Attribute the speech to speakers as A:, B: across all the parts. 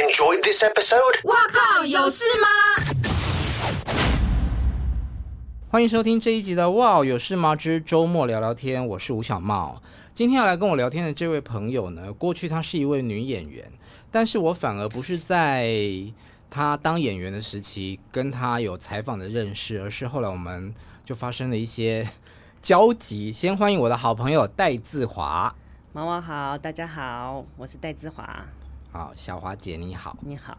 A: enjoyed this episode?
B: 哇靠，有事吗？
C: 欢迎收听这一集的《哇哦有事吗之周末聊聊天》，我是吴小茂。今天要来跟我聊天的这位朋友呢，过去她是一位女演员，但是我反而不是在她当演员的时期跟她有采访的认识，而是后来我们就发生了一些 交集。先欢迎我的好朋友戴志华，
D: 毛毛好，大家好，我是戴之华，
C: 好，小华姐你好。
D: 你好。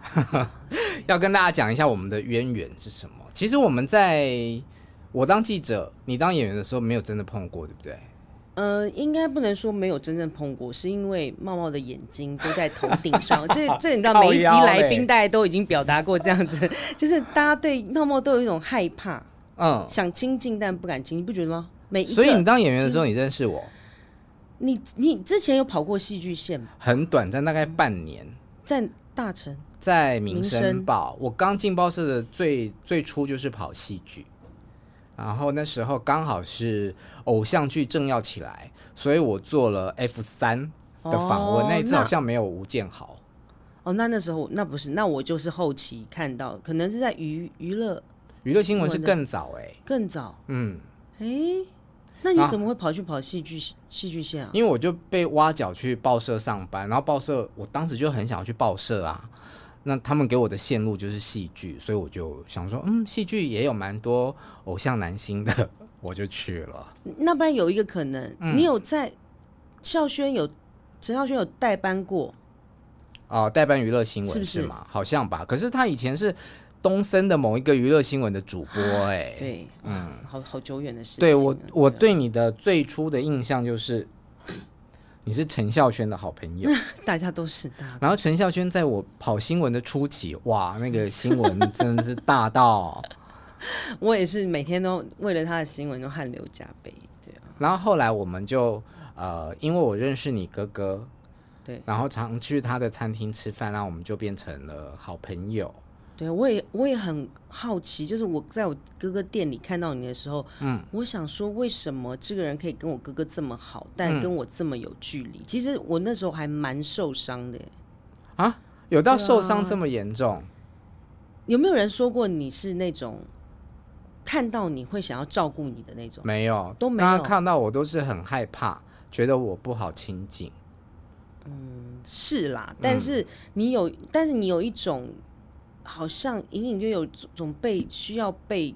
C: 要跟大家讲一下我们的渊源是什么。其实我们在我当记者，你当演员的时候没有真的碰过，对不对？
D: 呃，应该不能说没有真正碰过，是因为茂茂的眼睛都在头顶 上。这这你知道，
C: 靠
D: 每一集
C: 腰
D: 来
C: 嘞
D: 宾大家都已经表达过这样子，
C: 欸
D: 就是大家对茂茂都有一种害怕，
C: 嗯，
D: 想亲近但不敢亲，你不觉得吗？每一个，
C: 所以你当演员的时候，你认识我
D: 你你之前有跑过戏剧线吗？
C: 很短暂，大概半年，
D: 在大城，
C: 在民
D: 民
C: 生
D: 生
C: 报。我刚进报社的最最初就是跑戏剧，然后那时候刚好是偶像剧正要起来，所以我做了 F 三的访问。
D: 哦
C: 那一次
D: 那
C: 好像没有吴建豪，
D: 哦，那那时候那不是，那我就是后期看到，可能是在娱娱乐
C: 娱乐新闻是
D: 我的
C: 更早哎、
D: 更早。
C: 嗯。
D: 哎、那你
C: 啊
D: 怎么会跑去跑戏剧戏剧线啊？
C: 因为我就被挖角去报社上班，然后报社我当时就很想要去报社啊。那他们给我的线路就是戏剧，所以我就想说，嗯，戏剧也有蛮多偶像男星的， 我就去了。
D: 那不然有一个可能，
C: 嗯
D: 你有在孝轩有陈孝轩有代班过，
C: 哦、代班娱乐新闻
D: 是不是
C: 吗？好像吧。可是他以前是东森的某一个娱乐新闻的主播、哎，
D: 啊对，嗯，好好久远的事情了。
C: 对我我
D: 对啊
C: 对你的最初的印象就是， 你是陈孝萱的好朋友。
D: 大家都是大
C: 然后陈孝萱在我跑新闻的初期，哇，那个新闻真的是大到。
D: 哥，我也是每天都为了他的新闻都汗流浃背，对啊，
C: 然后后来我们就呃，因为我认识你哥哥，
D: 对
C: 然后常去他的餐厅吃饭，然后我们就变成了好朋友。
D: 对啊我也我也很好奇，就是我在我哥哥店里看到你的时候，嗯，我想说为什么这个人可以跟我哥哥这么好，
C: 嗯
D: 但跟我这么有距离？其实我那时候还蛮受伤的耶。
C: 啊，有到受伤这么严重？
D: 有没有人说过你是那种看到你会想要照顾你的那种？
C: 没有，
D: 都没有
C: 大家看到我都是很害怕，觉得我不好亲近。
D: 是啦，但
C: 嗯
D: 是你有，但是你有一种好像隐隐约有种被需要被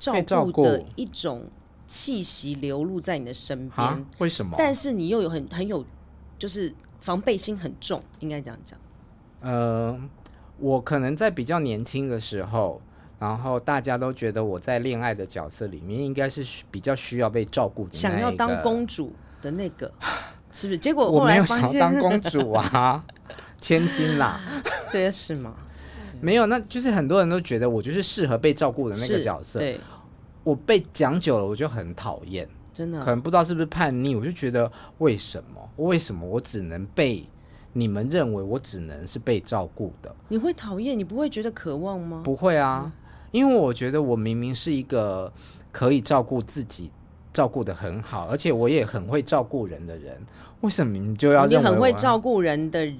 D: 照
C: 被照
D: 顾的
C: 顾
D: 一种气息流露在你的身
C: 啊
D: 边，？
C: 为什么？
D: 但是你又有很很有就是防备心很重，应该这样讲。
C: 呃，我可能在比较年轻的时候，然后大家都觉得我在恋爱的角色里面应该是需比较需要被照顾的，
D: 想要当公。主的那 个，是不是？结果
C: 我
D: 后
C: 没
D: 来
C: 有
D: 发
C: 想要
D: 现，
C: 当公主 啊，千金 啦，
D: 对，是吗？
C: 没有，那就是很多人都觉得我就是适合被照顾的那个
D: 是
C: 角色。
D: 对，
C: 我被讲久了，我就很讨厌，
D: 真的
C: 可能不知道是不是叛逆，我就觉得为什么？为什么我只能被你们认为我只能是被照顾的？
D: 你会讨厌，你不会觉得渴望吗？
C: 不会
D: 嗯
C: 啊，因为我觉得我明明是一个可以照顾自己。照顾的很好，而且我也很会照顾人的人，为什么你们就要
D: 你
C: 认为
D: 很会
C: 我啊
D: 照顾人的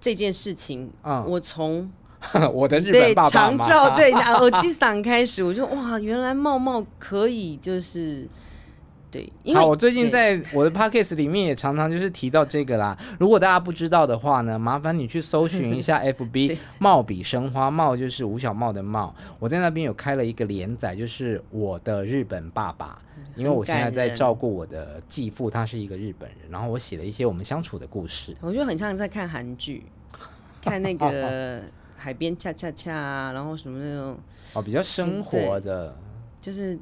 D: 这件事情，
C: 嗯
D: 我从
C: 我的日
D: 对
C: 本爸爸
D: 长
C: 吗
D: 照对啊耳机嗓开始，我就哇，原来茂茂可以就是对，因为
C: 好，我最近
D: 对
C: 在我的 podcast 里面也常常就是提到这个啦。如果大家不知道的话呢，麻烦你去搜寻 一下 FB“ 貌比生花”，貌就是吴小茂的茂。我在那边有开了一个连载，就是我的日本爸爸，因为我现在在照顾我的继父，他是一个日本人，然后我写了一些我们相处的故事。
D: 我就很像在看韩剧，看那 个海边恰恰恰啊，然后什么那种
C: 哦，比较生活的
D: 就是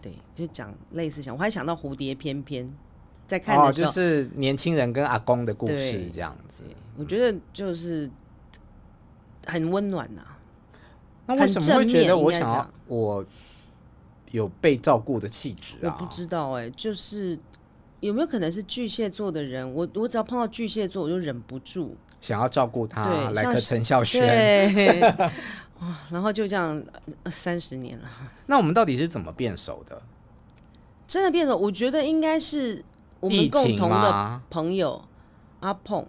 D: 对，就讲类似像，我还想到蝴蝶翩翩，在看
C: 哦，
D: 的时
C: 就
D: 候，
C: 是年轻人跟阿公的故事
D: 对
C: 这样子。
D: 我觉得就是很温暖呐、
C: 那为什么会觉得我想
D: 很正面应该
C: 要
D: 讲
C: 我有被照顾的气质
D: 我
C: 啊？
D: 不知道哎、就是有没有可能是巨蟹座的人？我我只要碰到巨蟹座，我就忍不住，
C: 想要照顾他，
D: 对
C: 来
D: 像
C: 个
D: 是
C: 陈孝萱。
D: 对， 哇，然后就这样呃三十年了，
C: 那我们到底是怎么变熟的？
D: 真的变成我觉得应该是我
C: 疫
D: 们共
C: 情
D: 同的
C: 吗？
D: 朋友阿碰，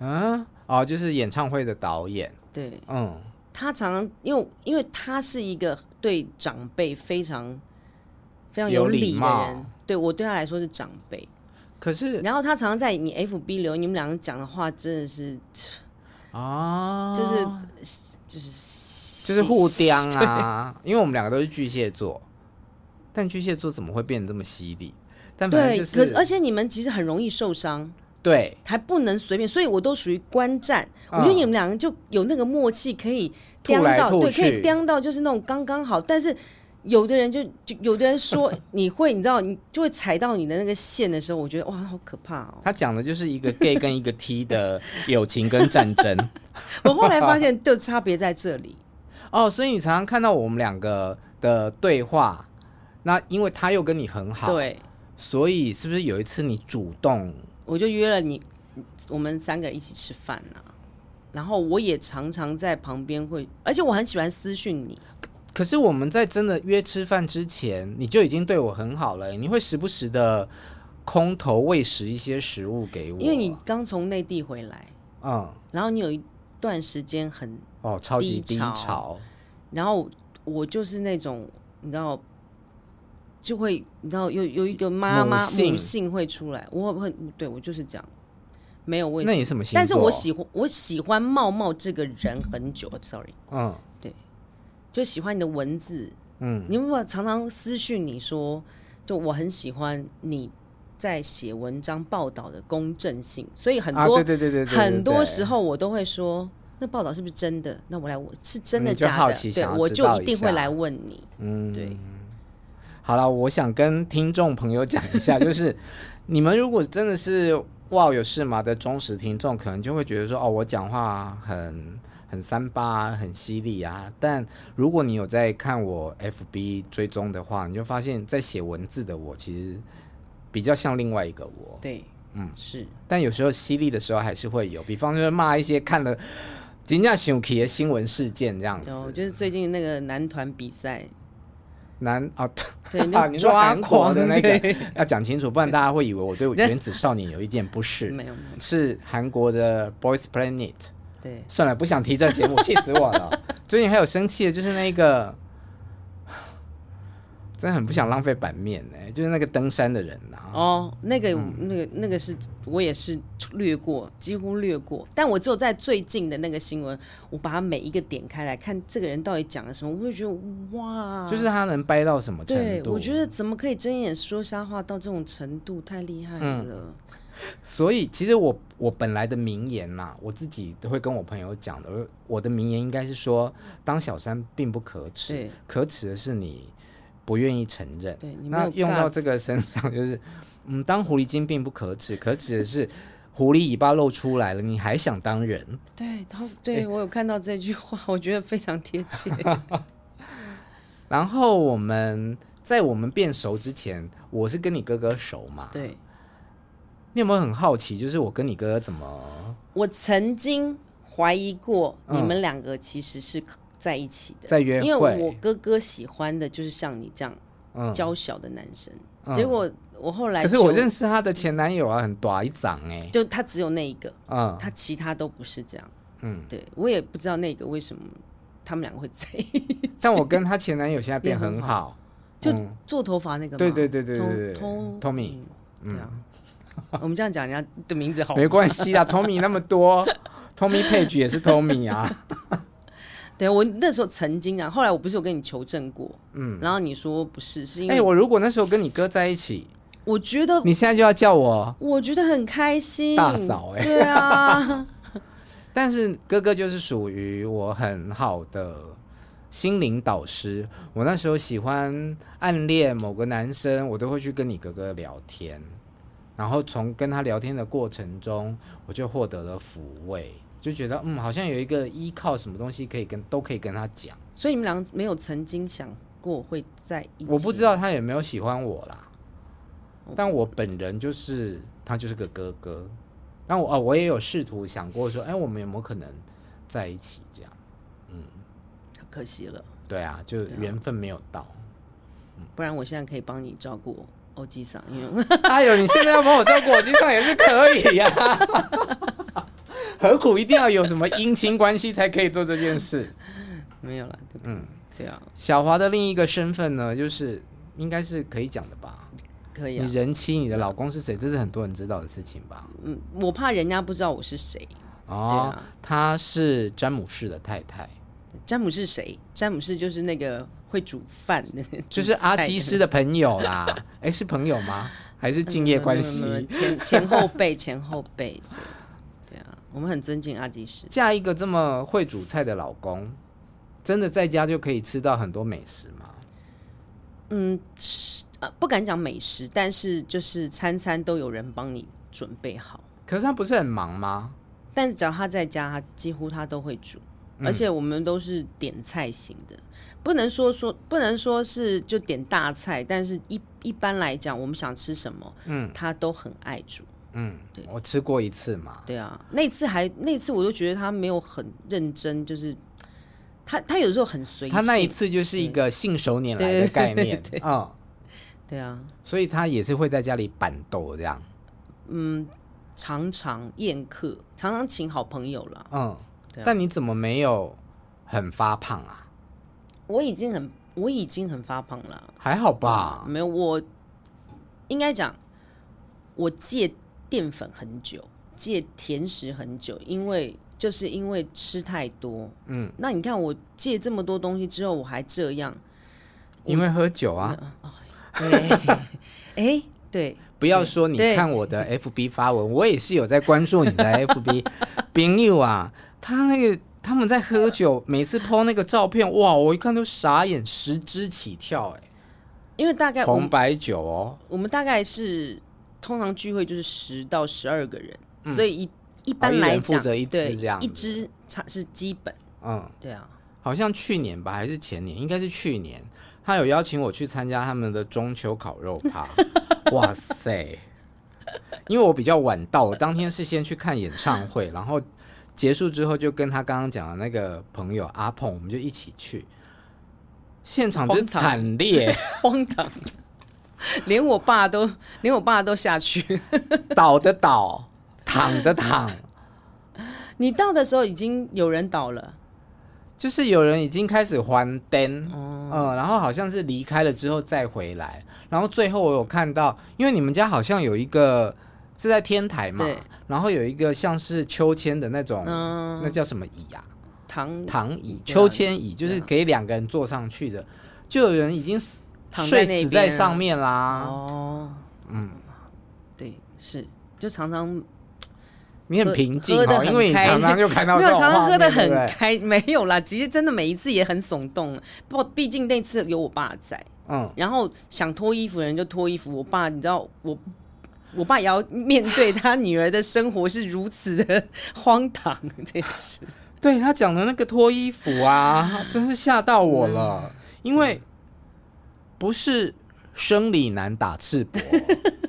C: 嗯，哦，就是演唱会的导演，
D: 对
C: 嗯，
D: 他常常因为因为他是一个对长辈非常非常
C: 有礼
D: 理的
C: 貌
D: 人，对我对他来说是长辈。
C: 可是
D: 然后他常常在你 FB 留言你们两个讲的话，真的是
C: 啊，
D: 就是、
C: 就
D: 就是
C: 互刁啊，因为我们两个都是巨蟹座，但巨蟹座怎么会变得这么犀利？但反正
D: 对，
C: 就
D: 可是而且你们其实很容易受伤，
C: 对，
D: 还不能随便，所以我都属于观战。
C: 嗯
D: 我觉得你们两个就有那个默契，可以
C: 吐
D: 刁
C: 来
D: 到，
C: 吐
D: 对，可
C: 去
D: 以刁到就是那种刚刚好。但是有的人就就有的人说你会，你知道，你就会踩到你的那个线的时候，我觉得哇，好可怕 哦。
C: 他讲的就是 一个 gay 跟一个 T 的友情跟战争
D: 我后来发现，就差别在这里。
C: 哦，所以你常常看到我们两个的对话，那因为他又跟你很好，，
D: 对，
C: 所以是不是有一次你主动
D: 我就约了你，我们三个人一起吃饭呐、然后我也常常在旁边会，而且我很喜欢私讯你。
C: 可是我们在真的约吃饭之前，你就已经对我很好了，你会时不时的空投喂食一些食物给我，
D: 因为你刚从内地回来，
C: 嗯
D: 然后你有一段时间很，
C: 哦超级低
D: 低
C: 潮，
D: 潮然后我就是那种你知道，就会你知道有有一个妈妈
C: 母性
D: 母性会出来，我很对我就是这样，没有问
C: 那
D: 题。
C: 你什么星座？哦
D: 但是我喜欢我喜欢茂茂这个人很久，sorry，
C: 嗯
D: 就喜欢你的文字，
C: 嗯
D: 你有没有常常私讯你说，就我很喜欢你在写文章报道的公正性，所以很
C: 啊
D: 多、
C: 对对对对对对，
D: 很多
C: 对
D: 时候我都会说，那报道是不是真的？那我来我是真的
C: 你嗯就
D: 假
C: 好
D: 的
C: 奇？
D: 对
C: 想，要
D: 我
C: 知
D: 就
C: 道
D: 一
C: 一
D: 定
C: 下
D: 会来问你。
C: 嗯
D: 对，
C: 好了，我想跟听众朋友讲一下，就是你们如果真的是哇有事吗的忠实听众，可能就会觉得说哦，我讲话很很三八啊、很犀利啊。但如果你有在看我 FB 追踪的话，你就发现，在写文字的我其实比较像另外一个我，
D: 对，嗯，是
C: 但有时候犀利的时候还是会有，比方说骂一些看了人家想起的新闻事件这样
D: 有，我
C: 子，
D: 就是最近那个男团比赛，
C: 男啊。
D: 对，
C: 啊
D: 那
C: 你
D: 个
C: 说
D: 抓
C: 韩国
D: 狂
C: 的那个
D: 对
C: 要讲清楚，不然大家会以为我对原子少年有意见，不是，
D: 没有没有，
C: 是韩国的 Boys Planet。
D: 对，
C: 算了，不想提这节目，气死我了。最近还有生气的就是那个，真的很不想浪费版面呢、就是那个登山的人啊。
D: 哦，那个、那个那个是我也是略过，几乎略过。但我只有在最近的那个新闻，我把它每一个点开来看，这个人到底讲了什么，我会觉得哇，
C: 就是他能掰到什么程
D: 对，
C: 度？
D: 我觉得怎么可以睁眼说瞎话到这种程度，太厉害
C: 嗯
D: 了。
C: 所以其实我我本来的名言呐、我自己都会跟我朋友讲的。我的名言应该是说，当小三并不可耻
D: 对，
C: 可耻的是你不愿意承认。
D: 对你没
C: 那
D: 有
C: 用到
D: guts
C: 这个身上，就是嗯，当狐狸精并不可耻，可耻的是狐狸尾巴露出来了，你还想当人？
D: 对，他对、我有看到这句话，我觉得非常贴 切。
C: 然后我们在我们变熟之前，我是跟你哥哥熟嘛？
D: 对
C: 你有没有很好奇，就是我跟你哥哥怎么
D: 我曾经怀疑过
C: 嗯
D: 你们两个其实是在一起的，
C: 在约
D: 因为我
C: 会？
D: 哥哥喜欢的就是像你这样
C: 嗯，
D: 娇小的男生。
C: 嗯
D: 结果我后来
C: 可
D: 就是
C: 我认识他的前男友啊，很短一掌哎、
D: 就他只有那一个，
C: 嗯
D: 他其他都不是这样。
C: 嗯，
D: 对我也不知道那个为什么他们两个会在一
C: 嗯
D: 起，
C: 但我跟她前男友现在变很
D: 也很
C: 好，
D: 就
C: 嗯
D: 做头发那个吗？
C: 对对对对
D: 偷
C: 对对
D: 偷
C: Tommy，
D: 嗯对啊。我们这样讲人家的名 字好吗，
C: 没关系啦，Tommy 那么多，Tommy Page 也是 Tommy 啊，
D: 对我那时候曾经啊，后来我不是有跟你求证过，嗯，然后 你哦说不是，是因
C: 哎、
D: 为
C: 我如果那时候跟你哥在一起，
D: 我觉得
C: 你现在就要叫我
D: 我觉得很开心，
C: 大嫂哎
D: 对啊，
C: 但是哥哥就是属于我很好的心灵导师。我那时候喜欢暗恋某个男生，我都会去跟你哥哥聊天，然后从跟他聊天的过程中，我就获得了抚慰，就觉得嗯，好像有一个依靠，什么东西可以跟都可以跟他讲。
D: 所以你们俩没有曾经想过会在一起，
C: 我不知道他有没有喜欢我啦，但我本人就是他就是个哥哥。但我哦，我也有试图想过说，哎，我们有没有可能在一起这样？
D: 可惜了，
C: 对啊，就
D: 对啊
C: 缘分没有到。 嗯
D: 不然我现在可以帮你照顾欧吉桑，因为
C: 哎呦，你现在要帮我照顾我，机上也是可以呀、啊 何苦一定要有什么姻亲关系才可以做这 件事？
D: 没有啦，对不对？
C: 嗯
D: 对啊，
C: 小华的另一个身份呢，就是应该是可以讲的吧？
D: 可以
C: 你
D: 啊。
C: 人妻，你的老公是谁？这是很多人知道的事情吧？
D: 嗯，我怕人家不知道我是谁。
C: 哦，
D: 对啊
C: 她是詹姆士的太太，
D: 詹姆士谁？詹姆士就是那个会煮饭的，
C: 就是阿基师
D: 的
C: 的朋友啦。 哎、是朋友吗？还是敬业关系？
D: 呃没有没有没有前前后辈，前后辈。对对啊，我们很尊敬阿基师。
C: 嫁一个这么会煮菜的老公，真的在家就可以吃到很多美食吗？
D: 嗯，是呃，不敢讲美食，但是就是餐餐都有人帮你准备好。
C: 可是他不是很忙吗？
D: 但是只要他在家，他几乎他都会煮，
C: 嗯
D: 而且我们都是点菜型的，不能说说不能说是就点大菜，但是一一般来讲，我们想吃什么，嗯，他都很爱煮。
C: 嗯
D: 对，
C: 我吃过一次嘛。
D: 对啊，那次还那次我就觉得他没有很认真，就是他他有时候很随性。
C: 他那一次就是一个信手拈来的 概念，嗯，
D: 对啊，
C: 所以他也是会在家里板豆这样，
D: 常常宴客，常常请好朋友啦。
C: 嗯
D: 对啊。
C: 但你怎么没有很发胖啊？
D: 我已经很我已经很发胖了。
C: 还好吧？
D: 没有，我应该讲，我戒淀粉很久，戒甜食很久，因为就是因为吃太多。
C: 嗯，
D: 那你看我戒这么多东西之后，我还这样，
C: 因为喝酒啊，
D: 对，哎、对，
C: 不要说你
D: 对
C: 看我的 FB 发文，我也是有在关注 你的 FB。朋友啊，他那个他们在喝酒，每次 PO 那个照片，哇，我一看都傻眼，十支起跳、
D: 因为大概
C: 哎，
D: 我
C: 红
D: 们
C: 白酒哦，
D: 我们大概是通常聚会就是十到十二个人，所以一一般
C: 嗯哦一人
D: 来
C: 负
D: 讲，
C: 责一支
D: 对，
C: 这样
D: 一
C: 子
D: 支才是基本，
C: 嗯，
D: 对 啊，
C: 好像去年吧，还是前年，应该是去年，他有邀请我去参加他们的中秋烤肉趴，哇塞！因为我比较晚到，我当天是先去看演唱会，然后结束之后就跟他刚刚讲的那个朋友阿碰，我们就一起去，现场之惨烈，
D: 荒唐。连我爸都，连我爸都下去了。
C: 倒的倒，躺的躺，
D: 你到的时候已经有人倒了，
C: 就是有人已经开始还灯，
D: 哦
C: 嗯、然后好像是离开了之后再回来，然后最后我有看到，因为你们家好像有一个是在天台嘛
D: 对，
C: 然后有一个像是秋千的那种，
D: 嗯
C: 那叫什么椅啊？
D: 躺
C: 躺椅、
D: 对啊
C: 秋千椅，就是给两个人坐上去的，就有人已经死
D: 躺在
C: 睡
D: 那
C: 死
D: 边
C: 在
D: 啊
C: 上面啦。
D: 哦，
C: 嗯，
D: 对，是就常常
C: 你很
D: 喝
C: 平静
D: 喝得
C: 哦，
D: 很
C: 因为你
D: 开
C: 常常就看到
D: 没
C: 这
D: 有
C: 种
D: 常常
C: 画
D: 喝的
C: 面，对
D: 很
C: 不对？
D: 开，没有啦，其实真的每一次也很耸动。不，毕竟那次有我爸在，
C: 嗯，
D: 然后想脱衣服的人就脱衣服。我爸，你知道我。我爸也要面对他女儿的生活是如此的荒唐，这 是
C: 对他讲的那个脱衣服啊，真是吓到我了，因为不是生理男打赤膊。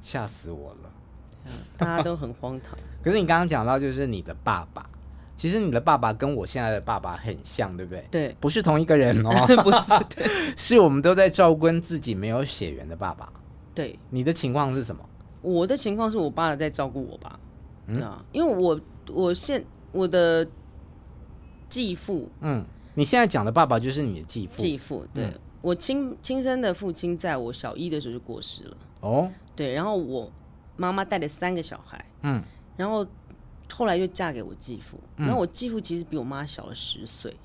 C: 吓死我了！
D: 大家都很荒唐。
C: 可是你刚刚讲到，就是你的爸爸，其实你的爸爸跟我现在的爸爸很像，对不对？
D: 对，
C: 不是同一个人哦，
D: 不是对
C: 是我们都在照顾自己没有血缘的爸爸。
D: 对，
C: 你的情况是什么？
D: 我的情况是我爸在照顾我吧，对啊，因为我我现我的继父嗯
C: 嗯，你现在讲的爸爸就是你的继父
D: 继父，对、我亲亲生的父亲，在我小一的时候就过世了，
C: 哦，
D: 对，然后我妈妈带了三个小孩，
C: 嗯，
D: 然后后来就嫁给我继父，然后我继父其实比我妈小了十岁，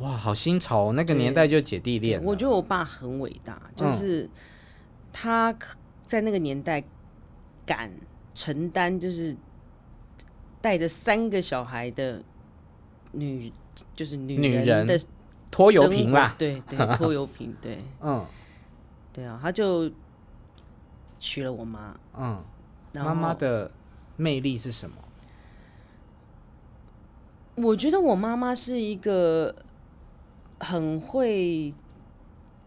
C: 哇，好新潮哦，那个年代就姐弟恋了。
D: 我觉得我爸很伟大，
C: 嗯
D: 就是他可在那个年代敢承担，就是带着三个小孩的女，就是女
C: 女
D: 人的
C: 人拖油
D: 生
C: 瓶
D: 活
C: 啦，
D: 对对，拖油瓶，对
C: 嗯
D: 对啊，他就娶了我妈，
C: 嗯，
D: 然
C: 妈妈
D: 后
C: 的魅力是什么？
D: 我觉得我妈妈是一个很会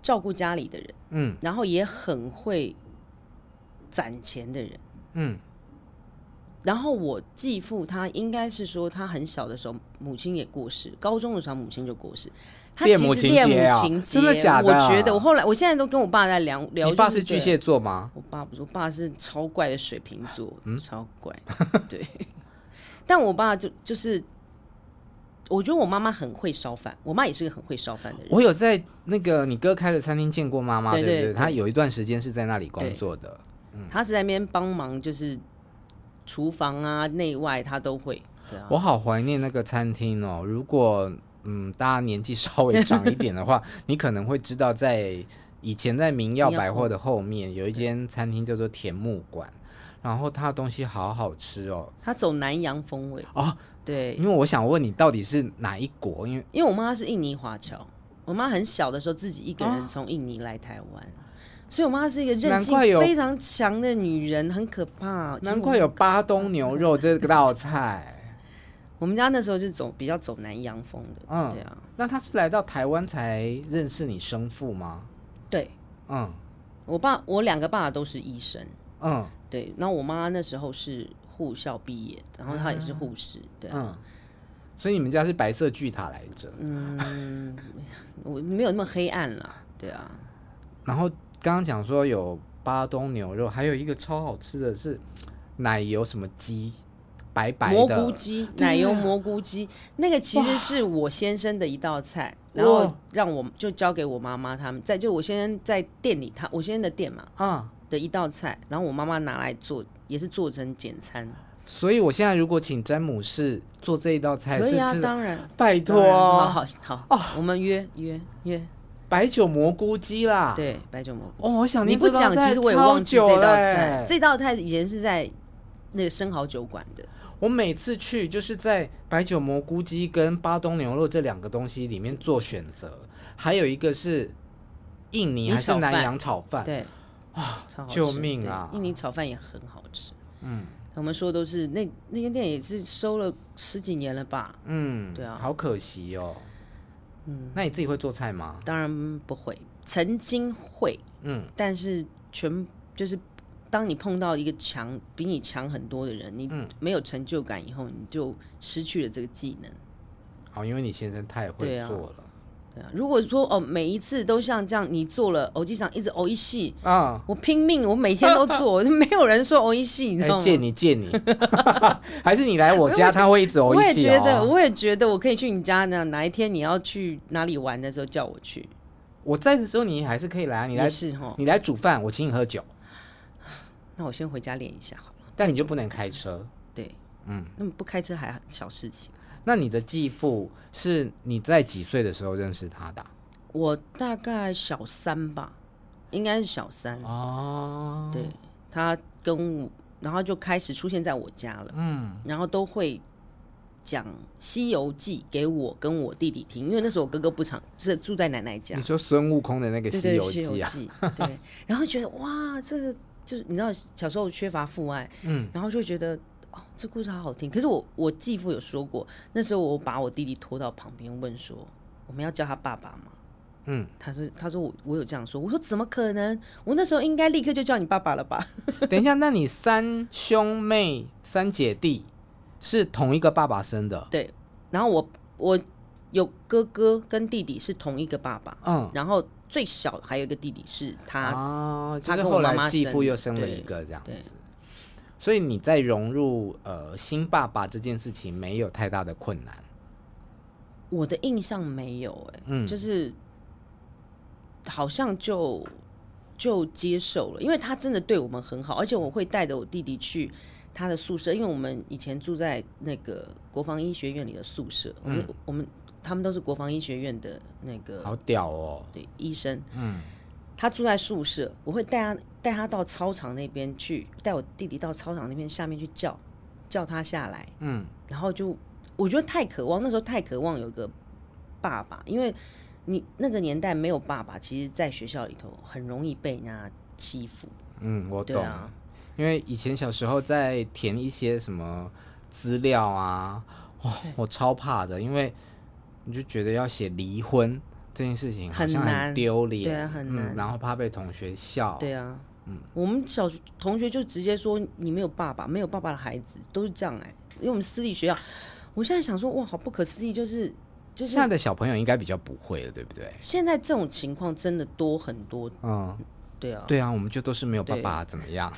D: 照顾家里的人，
C: 嗯
D: 然后也很会攒钱的人。
C: 嗯，
D: 然后我继父他应该是说他很小的时候母亲也过世，高中的时候他母亲就过世。他其
C: 恋
D: 实
C: 母情
D: 恋
C: 节
D: 母
C: 啊
D: 情
C: 真的
D: 节
C: 假的啊
D: 我觉得我后来我现在都跟我爸在聊聊。
C: 你爸
D: 就是是
C: 巨
D: 觉得
C: 蟹座吗？
D: 我爸不是，我爸是超怪的水瓶座，
C: 嗯
D: 嗯超怪，对。 但我爸就就是，我觉得我妈妈很会烧饭，我妈也是个很会烧饭的人。
C: 我有在那个你哥开的餐厅见过妈妈，
D: 对
C: 不
D: 对
C: 对？
D: 对
C: 她有一段时间是在那里工
D: 对
C: 作的。
D: 她是在那边帮忙，就是厨房啊、内外她都会。对啊，
C: 我好怀念那个餐厅哦。如果嗯，大家年纪稍微长一点 的话，你可能会知道，在以前在明耀
D: 明耀嗯
C: 百货的后面有一间餐厅叫做田木馆，然后它的东西好好吃哦。
D: 她走南洋风味
C: 哦，
D: 对
C: 因，为我想问你到底是哪一国？因为
D: 因为我妈是印尼华侨，我妈很小的时候自己一个人从印尼来台湾。所以，我妈是一个韧
C: 哦难
D: 性
C: 怪有
D: 非常强的女人，很可怕。其实
C: 难
D: 我
C: 怪有巴东牛肉这个 道菜。
D: 我们家那时候是走比较走南洋风的，
C: 嗯
D: 对啊，
C: 那他是来到台湾才认识你生父吗？
D: 对
C: 嗯
D: 我爸，我两个爸都是医生，
C: 嗯
D: 对，然后我妈那时候是护校毕业，然后她也是护士，对啊、嗯
C: 嗯，所以你们家是白色巨塔来着。
D: 我没有那么黑暗啦，对啊，
C: 然后刚刚讲说有巴东牛肉，还有一个超好吃的是奶油什么鸡，白白
D: 蘑
C: 的
D: 菇 鸡，奶油蘑菇鸡，那个其实是我先生的一道菜，然
C: 哇
D: 后让我就交给我妈妈他们，在就我先生在店里，他我先生的店嘛
C: 啊、
D: 的一道菜，然后我妈妈拿来做，也是做成简餐，
C: 所以我现在如果请詹姆士做这一道菜
D: 可
C: 是
D: 以啊，
C: 吃的，
D: 当然。
C: 拜
D: 当然好
C: 托哦
D: 好好，我们约约约，
C: 白酒蘑菇鸡啦。，
D: 对，白酒蘑菇。
C: 哦，我想
D: 你
C: 念
D: 不
C: 这道
D: 讲，
C: 菜
D: 其实我也
C: 超
D: 忘记
C: 久
D: 这道
C: 了
D: 菜
C: 欸。
D: 这道菜以前是在那个生蚝酒馆的，
C: 我每次去就是在白酒蘑菇鸡跟巴东牛肉这两个东西里面做选择，还有一个是印尼
D: 米
C: 还是
D: 炒
C: 南
D: 饭
C: 洋炒饭。
D: 对，啊，超好吃
C: 救命啊
D: 对印尼炒饭也很好吃。嗯，我们说都是那那间店也是收了十几年了吧？
C: 嗯，
D: 对啊
C: 好可惜哦。嗯，那你自己会做菜吗？
D: 当然不会，曾经会，
C: 嗯，
D: 但是全就是。当你碰到一个强比你强很多的人，你
C: 嗯
D: 没有成就感以后，你就失去了这个技能。
C: 哦，因为你先生太会
D: 对啊
C: 做了
D: 对啊，如果说哦，每一次都像这样，你做了哦偶机上一直偶一戏，
C: 啊。
D: 我拼命，我每天都 做，就没有人说哦偶一戏，你知
C: 哎、
D: 道吗？
C: 借你借你， 还是你来我家，他会一直偶
D: 我
C: 一
D: 也
C: 起
D: 觉得，
C: 哦。
D: 我也觉得，我可以去你家呢。哪一天你要去哪里玩的时候叫我去，
C: 我在的时候，你还是可以来啊，你来
D: 也是哈。
C: 你来煮饭，我请你喝酒，
D: 那我先回家练一下好了。
C: 但你就不能开车。
D: 对，
C: 嗯，
D: 那么不开车还小事情。
C: 那你的继父是你在几岁的时候认识他的啊？
D: 我大概小三吧，应该是小
C: 嗯
D: 三。
C: 哦，
D: 对，他跟我，然后就开始出现在我家了。
C: 嗯，
D: 然后都会讲《西游记》给我跟我弟弟听，因为那时候我哥哥不常是住在奶奶家
C: 你，说孙悟空的那个
D: 对
C: 《西
D: 对，《
C: 游
D: 西
C: 记
D: 游》
C: 啊，
D: 记》对， 然后觉得哇，这个就是你知道小时候缺乏父爱，
C: 嗯，
D: 然后就觉得。哦，这故事好好听。可是我我继父有说过，那时候我把我弟弟拖到旁边问说：“我们要叫他爸爸吗？”
C: 嗯，
D: 他说：“他说我我有这样说。”我说：“怎么可能？我那时候应该立刻就叫你爸爸了吧？”
C: 等一下，那你三兄妹三姐弟是同一个爸爸生的？
D: 对，然后我我有哥哥跟弟弟是同一个爸爸，
C: 嗯，
D: 然后最小还有一个弟弟是他，
C: 啊，就
D: 他
C: 是
D: 跟我
C: 后
D: 妈
C: 来
D: 妈
C: 继
D: 生
C: 父又
D: 的
C: 生了
D: 对
C: 一个这样子
D: 对。
C: 所以你在融入呃新爸爸这件事情没有太大的困难，
D: 我的印象没有哎、
C: 嗯
D: 就是好像就就接受了，因为他真的对我们很好，而且我会带着我弟弟去。他的宿舍，因为我们以前住在那个国防医学院里的宿舍，我们、我们他们都是国防医学院的那个
C: 嗯好屌哦！
D: 对医生，
C: 嗯，
D: 他住在宿舍，我会带他带他到操场那边去，带我弟弟到操场那边下面去叫叫他下来，
C: 嗯，
D: 然后就我觉得太渴望，那时候太渴望有个爸爸，因为你那个年代没有爸爸，其实在学校里头很容易被人家欺负，
C: 嗯，我
D: 对
C: 懂，
D: 啊，
C: 因为以前小时候在填一些什么资料啊，哇、我超怕的，因为你就觉得要写离婚这件事情好
D: 很
C: 像很
D: 难
C: 丢脸，
D: 对啊很
C: 嗯，
D: 难
C: 然后怕被同学笑，
D: 对啊，
C: 嗯
D: 我们小学同学就直接说你没有爸爸，没有爸爸的孩子都是这样哎、因为我们私立学校，我现在想说哇，好不可思议，就是就是
C: 现在的小朋友应该比较不会了，对不对？
D: 现在这种情况真的多很多，
C: 嗯，
D: 对啊，
C: 对啊，我们就都是没有爸爸怎么样？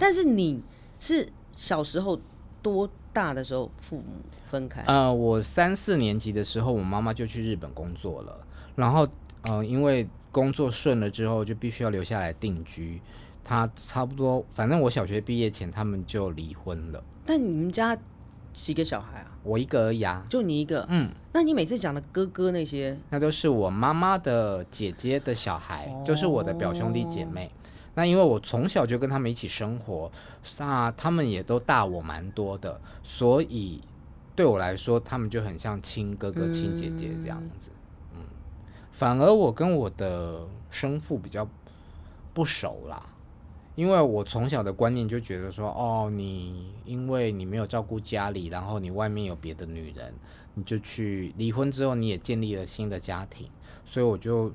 D: 但是你是小时候多大的时候父母分开？
C: 呃，我三四年级的时候，我妈妈就去日本工作了，然后呃，因为工作顺了之后，就必须要留下来定居。她差不多，反正我小学毕业前他们就离婚了，
D: 但你们家几个小孩啊？
C: 我一个而已啊。
D: 就你一个？
C: 嗯，
D: 那你每次讲的哥哥那些，
C: 那都是我妈妈的姐姐的小孩，就是我的表兄弟姐妹。那因为我从小就跟他们一起生活，那他们也都大我蛮多的，所以对我来说，他们就很像亲哥哥、亲姐姐这样子。嗯，反而我跟我的生父比较不熟啦，因为我从小的观念就觉得说，哦，你因为你没有照顾家里，然后你外面有别的女人，你就去离婚之后，你也建立了新的家庭，所以我就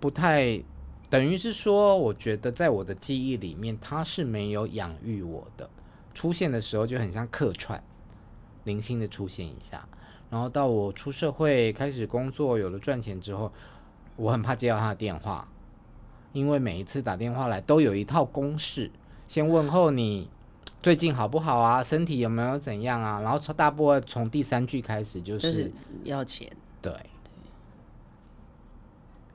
C: 不太等于是说，我觉得在我的记忆里面，他是没有养育我的，出现的时候就很像客串，零星的出现一下，然后到我出社会开始工作，有了赚钱之后，我很怕接到他的电话，因为每一次打电话来都有一套公式，先问候你。最近好不好啊？身体有没有怎样啊？然后从大部分从第三句开始就
D: 就是是要钱，
C: 对，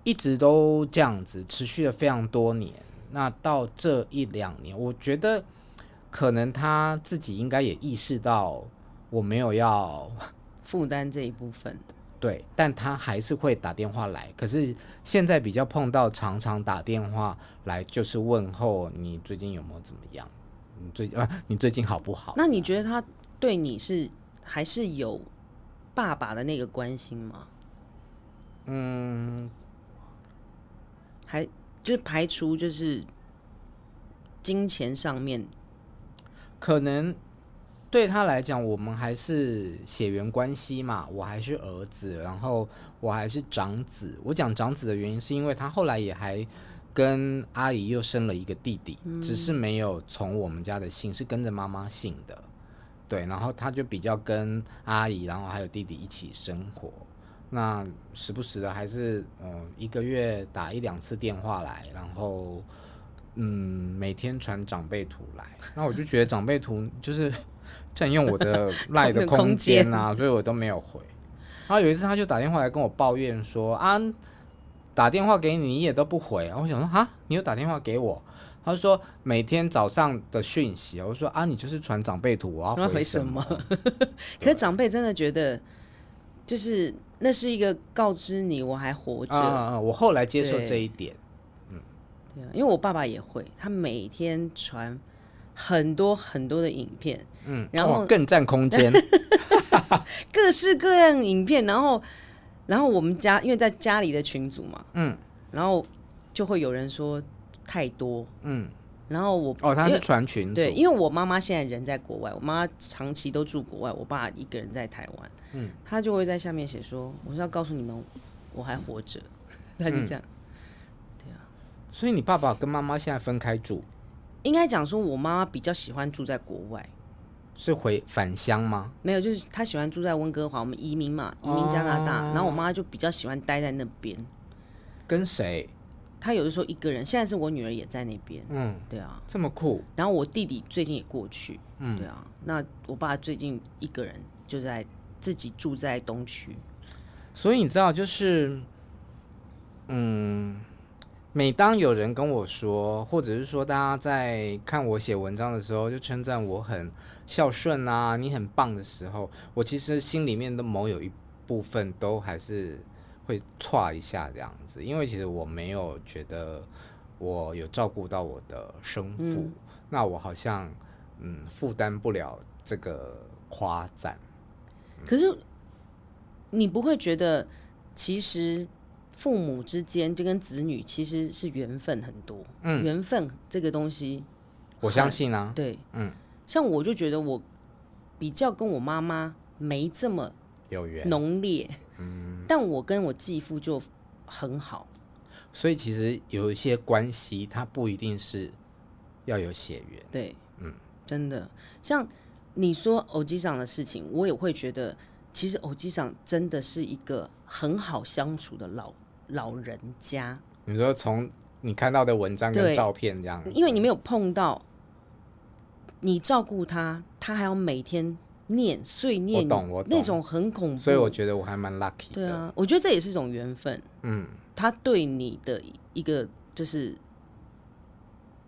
C: 一直都这样子，持续了非常多年。那到这一两年，我觉得可能他自己应该也意识到我没有要
D: 负担这一部分。
C: 对，但他还是会打电话来。可是现在比较碰到常常打电话来，就是问候你最近有没有怎么样，你最啊你最近好不好？
D: 那你觉得他对你是还是有爸爸的那个关心吗？
C: 嗯，
D: 还就是排除就是金钱上面，
C: 可能对他来讲，我们还是血缘关系嘛，我还是儿子，然后我还是长子。我讲长子的原因，是因为他后来也还跟阿姨又生了一个弟弟，只是没有从我们家的姓，是跟着妈妈姓的。对，然后他就比较跟阿姨，然后还有弟弟一起生活。那时不时的还是嗯、呃一个月打一两次电话来，然后嗯，每天传长辈图来，那我就觉得长辈图就是 占用我 的赖的空间啊，所以我都没有回。然后有一次他就打电话来跟我抱怨说啊，打电话给你你也都不回，然后我想说啊，你有打电话给我？他就说每天早上的讯息，我就说啊，你就是传长辈图，我
D: 然
C: 要
D: 后回
C: 什
D: 什么？ 可是长辈真的觉得就是那是一个告知你我还活着，
C: 啊啊啊！我后来接受
D: 对
C: 这一点，
D: 对啊，因为我爸爸也会，他每天传很多很多的影片，
C: 嗯，
D: 然
C: 哇
D: 后
C: 更占 空间，
D: 各式各样的影片，然后然后我们家因为在家里的群组嘛，
C: 嗯
D: 然后就会有人说太多，
C: 嗯，
D: 然后我
C: 哦，他
D: 因
C: 是
D: 为
C: 传群组，
D: 对，因为我妈妈现在人在国外，我妈长期都住国外，我爸一个人在台湾，
C: 嗯，
D: 他就会在下面写说，我是要告诉你们我还活 着，他就这
C: 嗯
D: 样，
C: 所以你爸爸跟妈妈现在分开住，
D: 应该讲说我妈妈比较喜欢住在国外。
C: 是回返乡吗？
D: 没有，就是她喜欢住在温哥华，我们移民嘛，移民加拿大。
C: 哦
D: 然后我妈就比较喜欢待在那边，
C: 跟谁？
D: 她有的时候一个人。现在是我女儿也在那边，
C: 嗯，
D: 对啊。
C: 这么酷，
D: 然后我弟弟最近也过去，
C: 嗯
D: 对啊。那我爸最近一个人就在自己住在东区，
C: 所以你知道，就是，嗯，每当有人跟我说，或者是说大家在看我写文章的时候，就称赞我很孝顺啊，你很棒的时候，我其实心里面的某有一部分都还是会歘一下这样子，因为其实我没有觉得我有照顾到我的生父，
D: 嗯
C: 那我好像嗯负担不了这个夸赞。
D: 可是你不会觉得，其实父母之间就跟子女其实是缘分很多，
C: 嗯
D: 缘分这个东西，
C: 我相信啊，
D: 对，
C: 嗯，
D: 像我就觉得我比较跟我妈妈没这么
C: 有 缘。嗯
D: 浓烈，但我跟我继父就很好，
C: 所以其实有一些关系，它不一定是要有血缘。
D: 对，嗯，真的，像你说偶机长的事情，我也会觉得，其实偶机长真的是一个很好相处的老老人家，
C: 你说从你看到的文章跟
D: 对
C: 照片这样，
D: 因为你没有碰到，你照顾他，他还要每天念碎念你，
C: 我懂我懂
D: 那种很恐怖。
C: 所以我觉得我还蛮 lucky 的。
D: 对啊，我觉得这也是一种缘分。
C: 嗯，
D: 他对你的一个就是，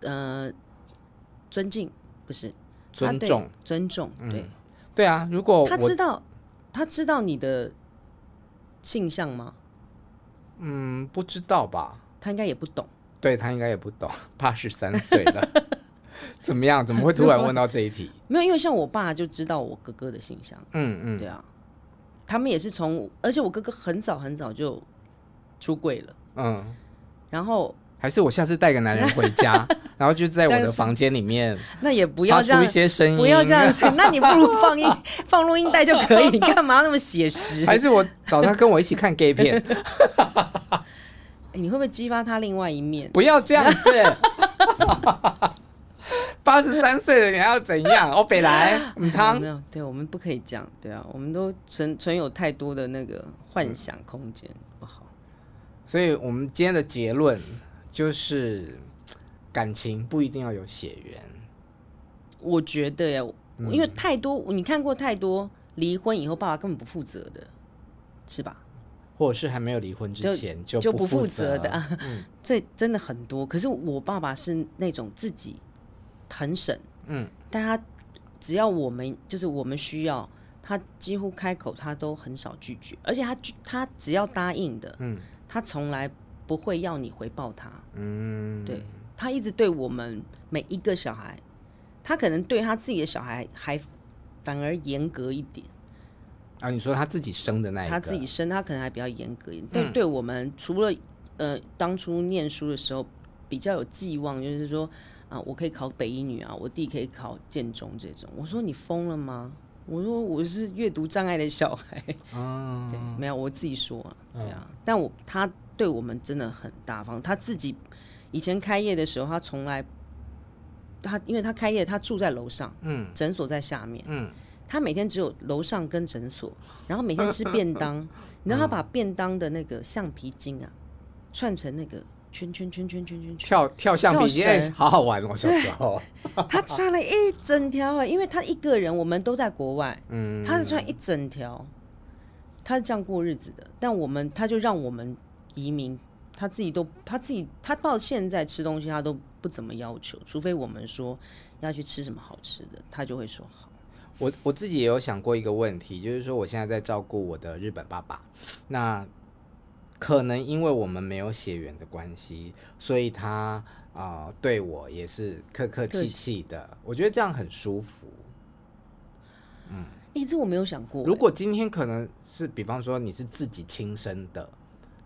D: 呃，尊敬不是他
C: 尊
D: 对
C: 重，
D: 尊重，对、
C: 对啊。如果
D: 他
C: 我
D: 知道他知道你的性向吗？
C: 嗯不知道吧，
D: 他应该也不懂。
C: 对他应该也不懂， 八十三 岁了，怎么样？怎么会突然问到这一题？
D: 没有，因为像我爸就知道我哥哥的性向，
C: 嗯嗯，
D: 对啊，他们也是从，而且我哥哥很早很早就出柜了，
C: 嗯，
D: 然后
C: 还是我下次带个男人回 家，然后就在我
D: 但
C: 的
D: 是
C: 房间里面
D: 那也不
C: 发
D: 要这
C: 出
D: 样
C: 一，些声音，
D: 不要这样 子，那你不如放音 放录音带就可以，干嘛那么写实？
C: 还是我找他跟我一起看 gay 片？
D: 欸你会不会激发他另外一面？
C: 不要这样子。八十三岁了，你还要怎样？我北来，嗯，汤
D: 没，有，对我们不可以这样，对啊，我们都存存有太多的那个幻想空间，不好。
C: 所以我们今天的结论就是，感情不一定要有血缘。
D: 我觉得呀，我
C: 嗯
D: 因为太多，你看过太多离婚以后爸爸根本不负责的，是吧？
C: 或者是还没有离婚之
D: 就
C: 前就
D: 就
C: 不
D: 负
C: 责
D: 的、啊，这真的很多。可是我爸爸是那种自己很省，
C: 嗯，
D: 但他只要我们就是我们需要，他几乎开口他都很少拒绝，而且他拒他只要答应的，
C: 嗯
D: 他从来不会要你回报他，
C: 嗯，
D: 对他一直对我们每一个小孩，他可能对他自己的小孩还反而严格一点，
C: 啊，你说他自己生的那一个，嗯
D: 他自己生他可能还比较严格一点，但对我们除了呃当初念书的时候比较有寄望，就是说啊，我可以考北一女啊，我弟可以考建中这种，我说你疯了吗？我说我是阅读障碍的小孩，
C: 嗯，
D: 对，没有我自己说啊，对啊，但我他对我们真的很大方，他自己以前开业的时候，他从来他因为他开业，他住在楼上，
C: 嗯
D: 诊所在下面，
C: 嗯，
D: 他每天只有楼上跟诊所，然后每天吃 便当，你知道他把便当的那个橡皮筋啊串成那个圈圈圈圈圈圈圈，
C: 跳跳橡皮筋，
D: 跳
C: 哎、
D: 绳
C: 好好玩哦，小时候，
D: 他穿了一整条啊，因为他一个人，我们都在国外，
C: 嗯，
D: 他是穿一整条，他是这样过日子的。但我们他就让我们移民，他自己都他自己他到现在吃东西他都不怎么要求，除非我们说要去吃什么好吃的，他就会说好。
C: 我我自己也有想过一个问题，就是说我现在在照顾我的日本爸爸，那可能因为我们没有血缘的关系，所以他啊、呃对我也是客客气气的，我觉得这样很舒服。
D: 哎、这我没有想过欸、
C: 如果今天可能是比方说你是自己亲生的，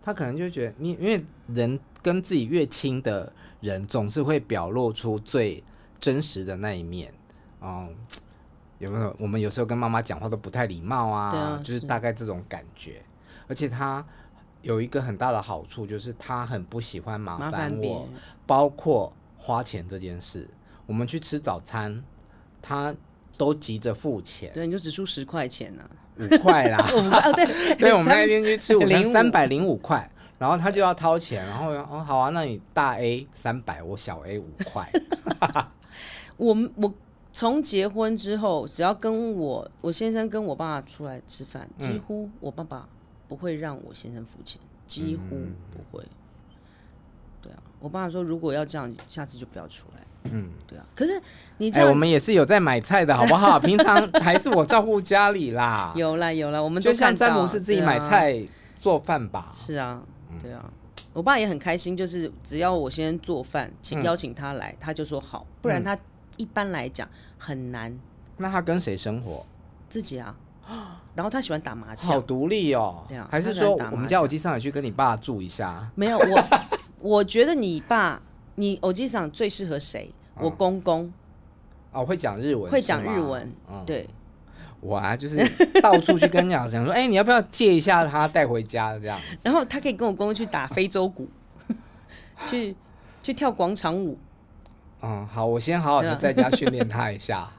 C: 他可能就觉得你因为人跟自己越亲的人，总是会表露出最真实的那一面。嗯，有没有？我们有时候跟妈妈讲话都不太礼貌啊，
D: 对啊
C: 就是
D: 是
C: 大概这种感觉。而且他有一个很大的好处，就是他很不喜欢麻
D: 麻烦别
C: 我
D: 人，
C: 包括花钱这件事。我们去吃早餐，他都急着付钱。
D: 对，你就只出十块钱呢、啊，
C: 五块啦，，
D: 五块哦，对
C: 对，我们那天去吃午餐
D: 305
C: 三百零五块，然后他就要掏钱，然后我就哦好啊，那你大 A 三百，我小 A 五块，
D: 我们我从结婚之后，只要跟我我先生跟我爸出来吃饭，
C: 嗯
D: 几乎我爸爸不会让我先生付钱，几乎
C: 嗯
D: 不会。对啊，我爸说如果要这样，下次就不要出来。
C: 嗯，
D: 对啊，可是你这
C: 哎，
D: 样、
C: 我们也是有在买菜的好不好？平常还是我照顾家 里啦，
D: 有啦有啦，我们都
C: 就像
D: 看到
C: 詹姆斯自己买、
D: 对啊
C: 菜嗯做饭吧，
D: 是啊，对啊。我爸也很开心，就是只要我先生做饭，请
C: 嗯
D: 邀请他来，他就说好，不然他一般来讲很难
C: 那他跟谁生活？
D: 自己 啊。然后他喜欢打麻
C: 好
D: 将，
C: 独立哦
D: 啊对啊，
C: 还是
D: 他喜欢
C: 说
D: 打麻
C: 我们家有机上也去跟你爸住一下？
D: 没有我， 我觉得你爸，你偶机长最适合谁？
C: 嗯
D: 我公公
C: 哦，会讲日文，
D: 会讲
C: 是吗
D: 日文，
C: 嗯，
D: 对，
C: 我啊就是到处去跟人家讲说，哎，你要不要借一下他带回家这样？
D: 然后他可以跟我公公去打非洲鼓， 去去跳广场舞。
C: 嗯，好，我先好好的
D: 对啊
C: 在家训练他一下。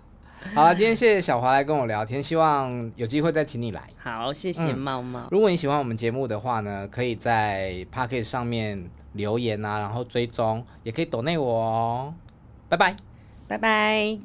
C: 好了，今天谢谢小华来跟我聊天，希望有机会再请你来。
D: 好，谢谢
C: 嗯
D: 猫猫。
C: 如果你喜欢我们节目的话呢，可以在 p a c k e t 上面留言啊，然后追踪，也可以抖内我哦。拜拜。
D: 拜拜。